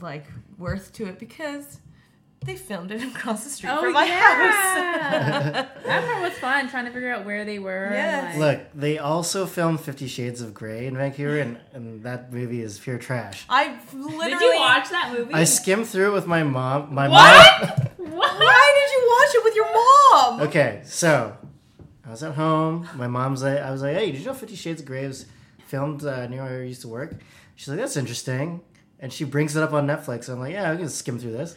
like worth to it because they filmed it across the street
Oh,
from my
yeah.
house.
That part was fun, trying to figure out where they were. and,
Yes.
like-
Look, they also filmed Fifty Shades of Grey in Vancouver, and, and that movie is pure trash.
I literally
Did you watch that movie?
I skimmed through it with my mom. My
What?
mom.
what?
Why did you watch it with your mom?
Okay, so I was at home. My mom's like, I was like, hey, did you know Fifty Shades of Grey was filmed uh, near where I used to work? She's like, that's interesting. And she brings it up on Netflix. I'm like, yeah, we can skim through this.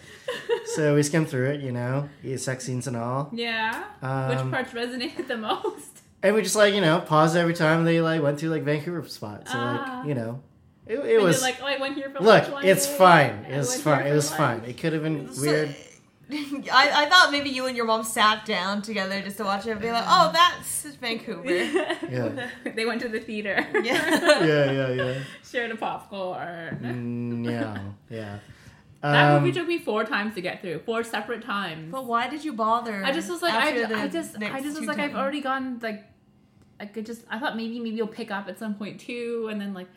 so we skim through it, you know, yeah, sex scenes and all.
Yeah.
Um,
Which parts resonated the most?
And we just like, you know, paused every time they like went through like Vancouver spots. So
Ah.
like, you know, it, it
It
was.
was like, oh, I went here for
Look,
lunch one
it's
day,
fine.
I
It was
went
fine.
here
It
for
was
lunch."
fine. It could have been
So-
weird.
I, I thought maybe you and your mom sat down together just to watch it and be like, oh, that's Vancouver.
Yeah.
they went to the theater.
Yeah.
Yeah, yeah, yeah.
Shared a popcorn.
Mm, no, yeah.
that
Um,
movie took me four times to get through, four separate times.
But why did you bother?
I just was like,
after the
I, I just, I
next
just
two
was like, I've
times?
already gone like, I could just, I thought maybe, maybe you'll pick up at some point too, and then like,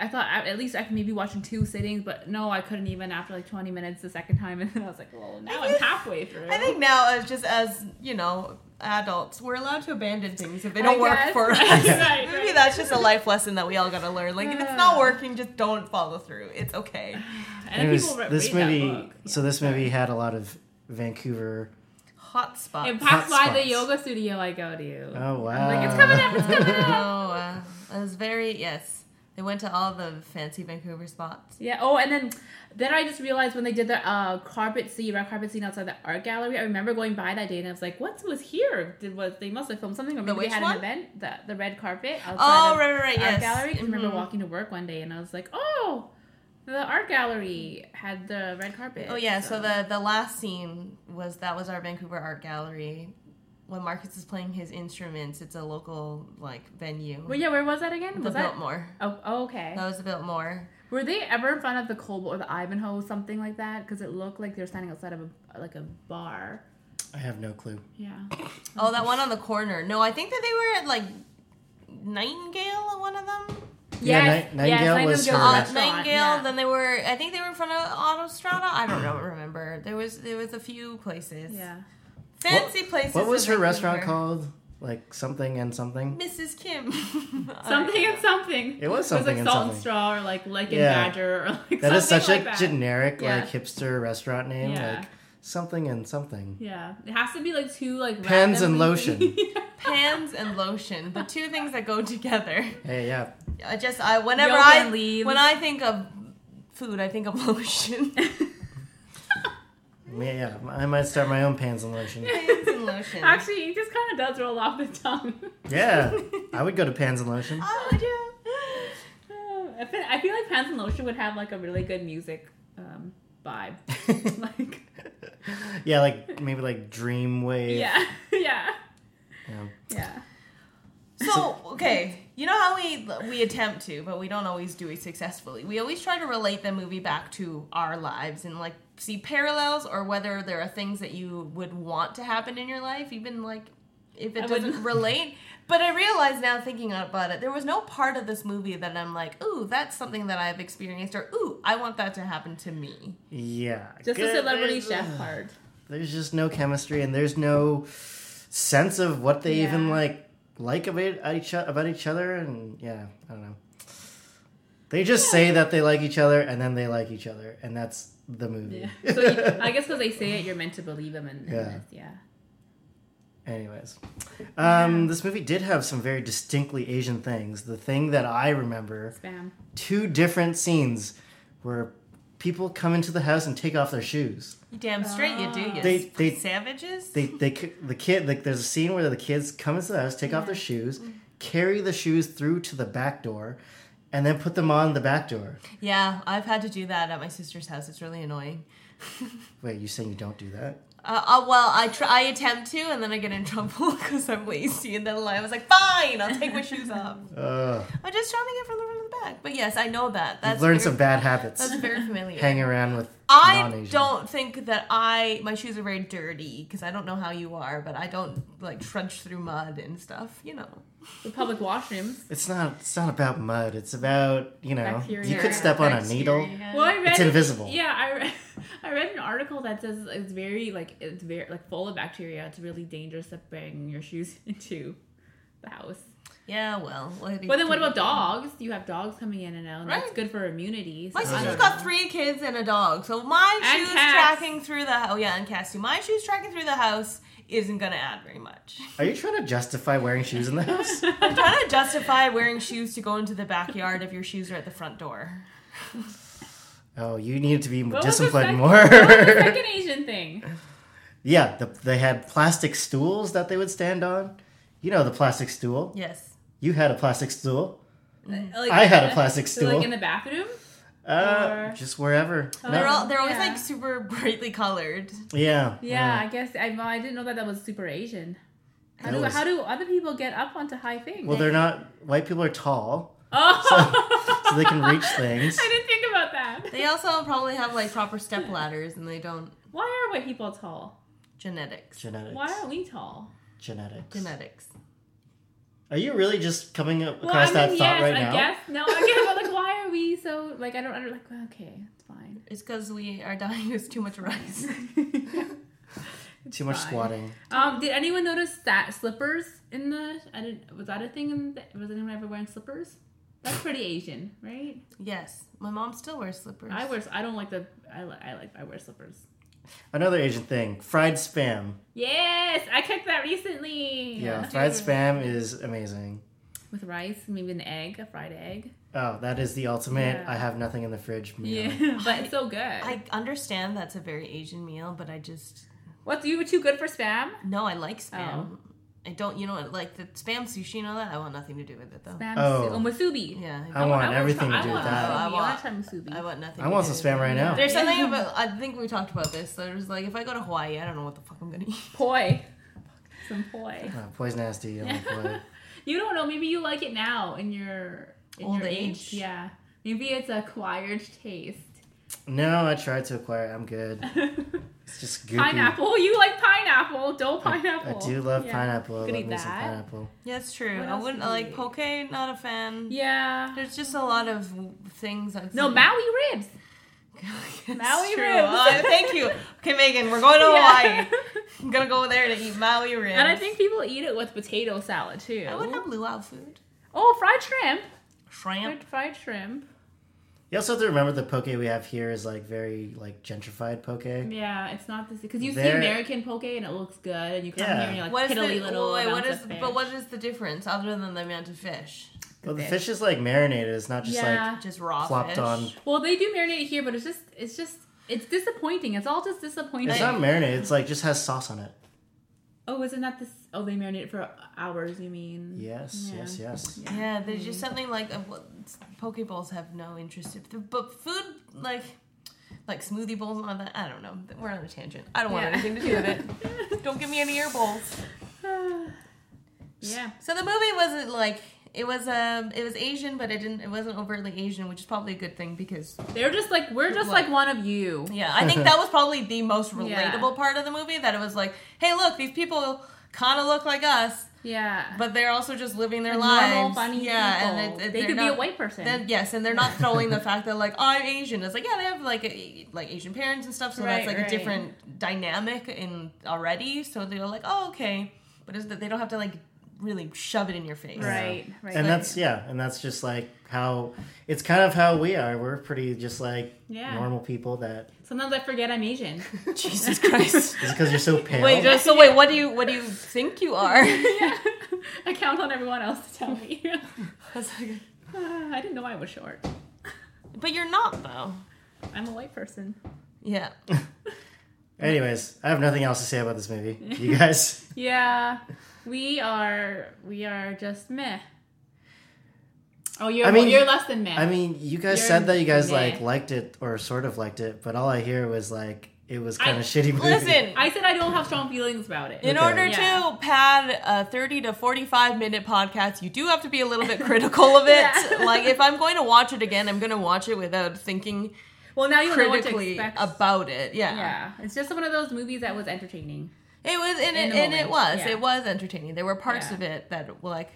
I thought at at least I could maybe watch in two sittings, but no, I couldn't even after like twenty minutes the second time, and then I was like, well, now I'm halfway through.
I think now, as just as you know, adults, we're allowed to abandon things if they don't
I
work
guess.
for us.
Right, right,
Maybe
right.
that's just a life lesson that we all gotta learn. Like, if it's not working, just don't follow through. It's okay.
and
it was-
people re-
this
read that
movie.
book.
So this movie had a lot of Vancouver.
Uh, Hot spot.
It passed by the
Hotspots.
yoga studio I go to.
Oh wow!
I'm like, it's coming up, it's coming
oh,
up.
uh, it was very yes. They went to all the fancy Vancouver spots.
Yeah. Oh, and then then I just realized when they did the uh, carpet scene, red carpet scene outside the art gallery. I remember going by that day and I was like, "What was here? Did was they must have filmed something or maybe they
which
had
one?
an event? The the red carpet outside
Oh,
of
right, right, right,
art
yes.
gallery." 'Cause I remember
Mhm.
walking to work one day and I was like, "Oh." The art gallery had the red carpet.
Oh yeah, so the the last scene was that was our Vancouver art gallery. When Marcus is playing his instruments, it's a local like venue.
Well, yeah, where was that again?
the
was that?
Biltmore.
Oh, oh, okay.
That was the Biltmore.
Were they ever in front of the Colbert or the Ivanhoe, something like that? Because it looked like they were standing outside of a like a bar.
I have no clue.
Yeah.
Oh, that one on the corner. No, I think that they were at like Nightingale at one of them.
Yeah,
Yes,
Night-
yes,
Nightingale was
Nightingale
her-
Uh,
restaurant,
Nightingale.
yeah.
Then they were. I think they were in front of Autostrada. I don't know. Remember there was there was a few places.
Yeah.
Fancy places.
What was
in
her restaurant
Vancouver.
called? Like something and something.
Mrs. Kim.
Something and something.
It was
it was
something
like
and
salt
something.
and straw or like lichen
Yeah.
badger or like
That is
something
such
like
a
that.
generic,
Yeah.
like hipster restaurant name.
Yeah.
Like something and something.
Yeah, it has to be like two like
Pens and
randomly-
lotion.
Pans and lotion, the two things that go together.
Hey, yeah.
I just I whenever
Yolk
I
and leaves.
when I think of food, I think of lotion.
I mean, Yeah, I might start my own pans and lotion.
Pans and lotion.
Actually, it just kind of does roll off the tongue.
Yeah, I would go to pans and lotion.
Oh, would you?
Uh, I feel, I feel like pens and lotion would have like a really good music um, vibe. like,
yeah, like maybe like Dreamwave.
yeah, yeah,
Yeah.
yeah.
So okay, you know how we we attempt to, but we don't always do it successfully. We always try to relate the movie back to our lives and like see parallels or whether there are things that you would want to happen in your life, even like if it
I wouldn't-
doesn't relate. But I realize now, thinking about it, there was no part of this movie that I'm like, ooh, that's something that I've experienced, or ooh, I want that to happen to me.
Yeah.
Just
Good-
the celebrity
there's-
chef part.
There's just no chemistry, and there's no sense of what they even
Yeah.
like like about each about each other. And yeah, I don't know. They just say that they like each other, and then they like each other, and that's the movie.
Yeah. So you, I guess because they say it, you're meant to believe them, and
Yeah.
yeah. yeah.
Anyways, um, this movie did have some very distinctly Asian things. The thing that I remember
Spam.
two different scenes where people come into the house and take off their shoes.
You damn straight you do, you
They- they-
savages.
They they c- the kid like there's a scene where the kids come into the house, take off their shoes,
Mm-hmm.
carry the shoes through to the back door, and then put them on the back door.
yeah, I've had to do that at my sister's house. It's really annoying.
Wait, you saying you don't do that?
Uh, uh, well, I try, I attempt to, and then I get in trouble because I'm lazy. And then I was like, "Fine, I'll take my shoes off."
Ugh,
I'm just trying to get from the front to the back. But yes, I know that.
you've
That's
learned
very,
some bad habits.
That's very familiar.
Hang around with
I
non-Asian.
don't think that I my shoes are very dirty because I don't know how you are, but I don't like trudge through mud and stuff. You know,
The public washrooms.
It's not. It's not about mud. It's about you know. You
Bacteria.
could step on a needle.
Bacteria.
Well, I read
It's
an-
invisible.
yeah, I read, I read an article that says it's very like it's very like full of bacteria. It's really dangerous to bring your shoes into the house.
yeah, well, what do you
But then what
do?
about dogs? You have dogs coming in and out. And That's
Right.
good for immunity.
My
so I
sister's
don't
got
know.
three kids and a dog, so my
And
shoes
cats.
tracking through the oh yeah, and cats too. My shoes tracking through the house isn't gonna add very much.
Are you trying to justify wearing shoes in the house?
I'm trying to justify wearing shoes to go into the backyard if your shoes are at the front door.
Oh, you needed to be
was the
disciplined
sec-
more.
The second Asian thing.
yeah, the, they had plastic stools that they would stand on. You know the plastic stool.
Yes.
You had a plastic stool.
Like, uh,
I had a plastic
so,
stool.
like in Oh, the bathroom.
Uh,
Or-
just wherever. No-
They're all they're always
Yeah.
like super brightly colored.
yeah.
Yeah, I guess I, well, I didn't know that that was super Asian. How
That
do,
was-
how do other people get up onto high things?
Well, they're not. White people are tall,
oh,
so they can reach things.
I didn't think about that.
They also probably have like proper step ladders and they don't
Why are white people tall?
genetics.
Genetics.
Why aren't we tall?
Genetics.
Genetics.
Are you really just coming up
Well,
across
I
that
mean,
thought
yes,
right
I
now?
guess. No, I guess. But like, why are we so like? I don't. under like. well, Okay, it's fine.
It's because we are dying with too much rice.
Too much
Fine.
squatting.
Um, did anyone notice that slippers in the? I didn't. Was that a thing? In the, was anyone ever wearing slippers? That's pretty Asian, right?
yes, my mom still wears slippers.
I wear. I don't like the. I, li- I like. I wear slippers.
Another Asian thing: fried spam.
Yes, I cooked that recently.
Yeah, fried spam is amazing.
With rice, maybe an egg, a fried egg.
Oh, that is the ultimate.
Yeah.
I have nothing in the fridge meal.
Yeah, but it's so good.
I understand that's a very Asian meal, but I just
What's you were too good for spam?
no, I like spam. I don't, you know, like the spam sushi and all that. I want nothing to do with it though.
Spam
Oh.
oh. musubi.
Yeah,
I want everything
try,
to do
I
with
want
that.
Musubi. I
I want-
want to try musubi.
I want nothing.
I
to
want
do
some
with it.
spam right now.
There's something about. I think we talked about this. There's like if I go to Hawaii, I don't know what the fuck I'm gonna eat.
poi. Some poi.
Oh, poi's nasty. I like poi.
You don't know. Maybe you like it now in your in
Old
your
age.
Yeah. Maybe it's acquired taste.
no, I tried to acquire. it. I'm good. It's just goopy.
pineapple. You like pineapple. Don't
I
pineapple.
do love
Yeah.
pineapple. I
You
love
could
me
eat
some
that.
pineapple.
Yeah, that's true.
What
I
else
wouldn't
do you
like
eat?
poke. Not a fan.
Yeah.
There's just a lot of w- things. I'm
No Maui ribs. Maui ribs.
Oh, thank you. Okay, Megan, we're going to
Yeah.
Hawaii. I'm gonna go there to eat Maui ribs.
and I think people eat it with potato salad too.
I would have luau food.
oh, fried shrimp. Fried,
Shrimp.
fried shrimp.
You also have to remember the poke we have here is like very like gentrified poke.
Yeah, it's not this because you see
There-
American poke and it looks good, and you come
Yeah.
here and you're like
What is the,
piddly little.
wait, what
amounts
is
of fish.
but what is the difference other than the amount of fish?
Well, the
fish.
fish is like marinated. It's not just
Yeah.
Just raw
like plopped
fish.
on.
Well, they do marinate it here, but it's just it's just it's disappointing. It's all just disappointing.
It's not marinated. It's like just has sauce on it.
oh, isn't that this? Oh, they marinate it for hours. You mean?
Yes,
Yeah. Hmm.
yes, yes.
Yeah, there's just something like uh, well, it's- poke bowls have no interest, in, but food like like smoothie bowls and all that. I don't know. We're on a tangent. I don't want
Yeah.
anything to do with it. don't give me any air bowls.
Yeah.
So the movie wasn't like it was um it was Asian, but it didn't it wasn't overtly Asian, which is probably a good thing because
They're just like we're just
What?
like one of you.
yeah, I think that was probably the most relatable
Yeah.
part of the movie that it was like, hey, look, these people kind of look like us,
Yeah.
but they're also just living their lives.
normal, funny
yeah,
people.
and it, it-
they
they're
could be a
not-
white person.
Then, yes, and they're not throwing the fact that like I'm Asian. It's like yeah, they have like a, like Asian parents and stuff, so that's
Right,
like a
right.
different dynamic in already. So they're like, oh okay, but it's that they don't have to like really shove it in your face.
right. Right.
And that's yeah, and that's just like how it's kind of how we are. We're pretty just like
Yeah.
normal people. That
Sometimes I forget I'm Asian.
Jesus Christ.
is because you're so pale.
Wait, just, so wait, what do you what do you think you are?
yeah. I count on everyone else to tell me. Ah, I didn't know I was short.
but you're not though.
I'm a white person.
Yeah.
Anyways, I have nothing else to say about this movie. You guys,
Yeah, we are. We are just meh. Oh, you're.
I mean-
you're less than meh.
I mean, you guys
You're
said that you guys like
meh.
liked it or sort of liked it, but all I hear was like it was kind
I-
of shitty movie.
Listen,
I said I don't have strong feelings about it.
in
Okay.
order
Yeah.
to pad a 30 to 45 minute podcast, you do have to be a little bit critical of it.
Yeah.
Like if I'm going to watch it again, I'm going to watch it without thinking
well, now you know what to
critically
expect.
about it. Yeah.
yeah, it's just one of those movies that was entertaining.
It was and
In
it,
the
and it
moment,
was.
yeah.
It was entertaining. There were parts
Yeah.
of it that were like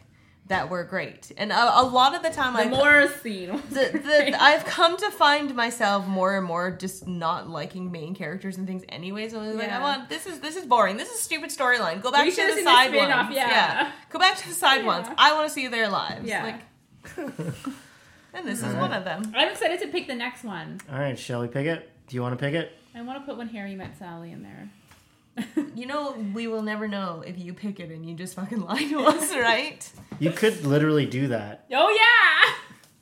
that were great. And a, a lot of the time
The
I
more scene.
the, the, I've come to find myself more and more just not liking main characters and things anyways. I was like, I
Yeah.
want this is this is boring. This is stupid storyline. Go back
We
to
should've
the
seen the
side ones.
spin-off, yeah.
Go back to the side
Yeah.
ones. I want to see their lives.
Yeah.
Like and this is one of them.
I'm excited to pick the next one.
all right, shall we pick it? Do you want to pick it?
I want to put when Harry met Sally in there.
You know, we will never know if you pick it and you just fucking lie to us, right?
You could literally do that.
Oh yeah!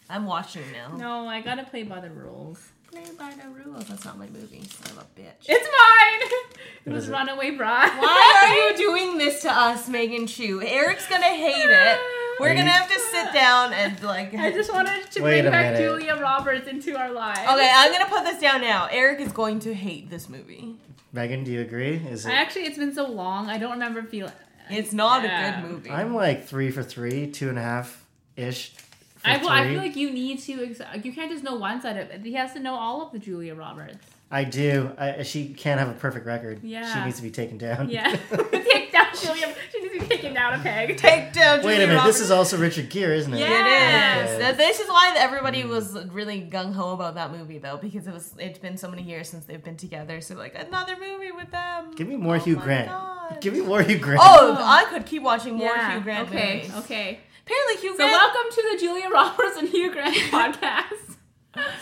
I'm watching now.
No, I gotta play by the rules.
Play by the rules. That's not my movie. Son of a bitch.
It's mine. It
What
was
is it?
Runaway Bride.
Why are you doing this to us, Megan Chu? Eric's gonna hate it. We're gonna have to sit down and like.
I just wanted to
Wait a
bring back
minute.
Julia Roberts into our lives.
Okay, I'm gonna put this down now. Eric is going to hate this movie.
Megan, do you agree? Is
I
it?
actually, it's been so long. I don't remember feeling.
It's not
Yeah.
a good movie.
I'm like three for three, two and a half ish. for
I, well, I
three.
feel like you need to. Ex- you can't just know one side of it. He has to know all of the Julia Roberts.
I do. I, she can't have a perfect record. She
Yeah.
needs to be taken down.
Yeah. Take down Julia. She needs to be taken down a peg.
Take down.
Wait
Julia
a minute. This
Roberts.
is also Richard Gere, isn't it?
It
Yeah.
is.
Okay.
Now, This is why everybody was really gung ho about that movie though, because it was it's been so many years since they've been together. So like another movie with them.
Give me more
Oh
Hugh
my
Grant.
God.
Give me more Hugh Grant.
Oh, I could keep watching more Hugh Grant
okay.
movies.
Okay.
Apparently,
So
Hugh Grant
welcome to the Julia Roberts and Hugh Grant podcast.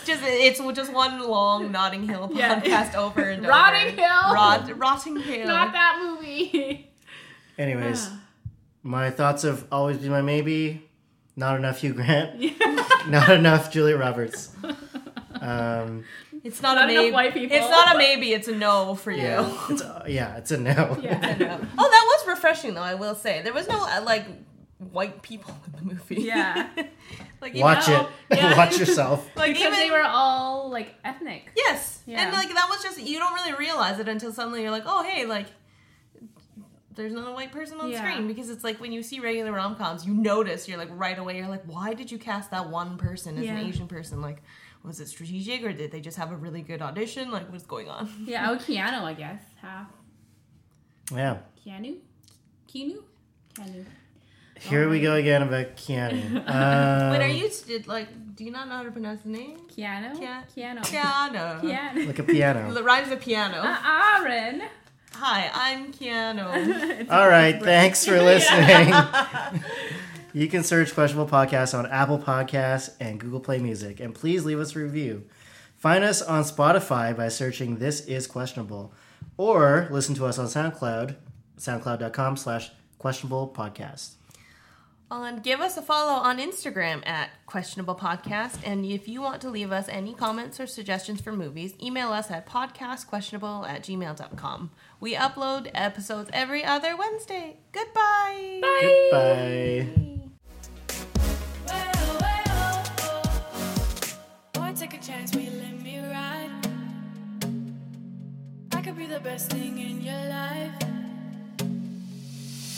Just it's just one long Notting Hill
Yeah.
podcast over and over.
Rotting Hill.
Rot, rotting Hill.
Not that movie.
Anyways, my thoughts have always been my maybe. Not enough Hugh Grant. Not enough Julia Roberts. Um,
it's not,
Not
a
enough
maybe.
white people.
It's not a maybe. It's a no for you.
uh, yeah, it's a, yeah, it's a no.
yeah.
No. Oh, that was refreshing though. I will say there was no uh, like white people in the movie.
Yeah.
like even,
Watch
know,
it.
yeah.
Watch yourself.
like
because
even
they were all like ethnic.
yes,
Yeah.
and like that was just you don't really realize it until suddenly you're like, oh hey, like there's not a white person on
Yeah.
screen because it's like when you see regular rom coms, you notice you're like right away you're like, why did you cast that one person as
Yeah.
an Asian person? Like, was it strategic or did they just have a really good audition? Like, what's going on?
Yeah, oh Keanu, I guess. Half
Yeah.
Keanu? Keanu? Keanu.
Here we go again about Keanu. Um,
Wait, are you did like? Do you not know how to pronounce the name?
Keanu?
Ke-
Keanu.
Keano.
Keanu.
Like a piano. Ah.
The rhymes of piano.
Uh, Aaron.
Hi, I'm Keanu.
All right. Thanks for listening. you can search Questionable Podcasts on Apple Podcasts and Google Play Music. And please leave us a review. Find us on Spotify by searching This Is Questionable or listen to us on SoundCloud, soundcloud.com slash questionable podcast.
And give us a follow on Instagram at Questionable Podcast. And if you want to leave us any comments or suggestions for movies, email us at podcastquestionable at gmail.com. We upload episodes every other Wednesday. Goodbye. Bye.
Goodbye.
Boy, take a chance, will you let me ride? I could be the best thing in your life.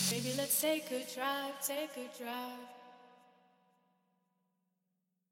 Baby, let's take a drive, take a drive.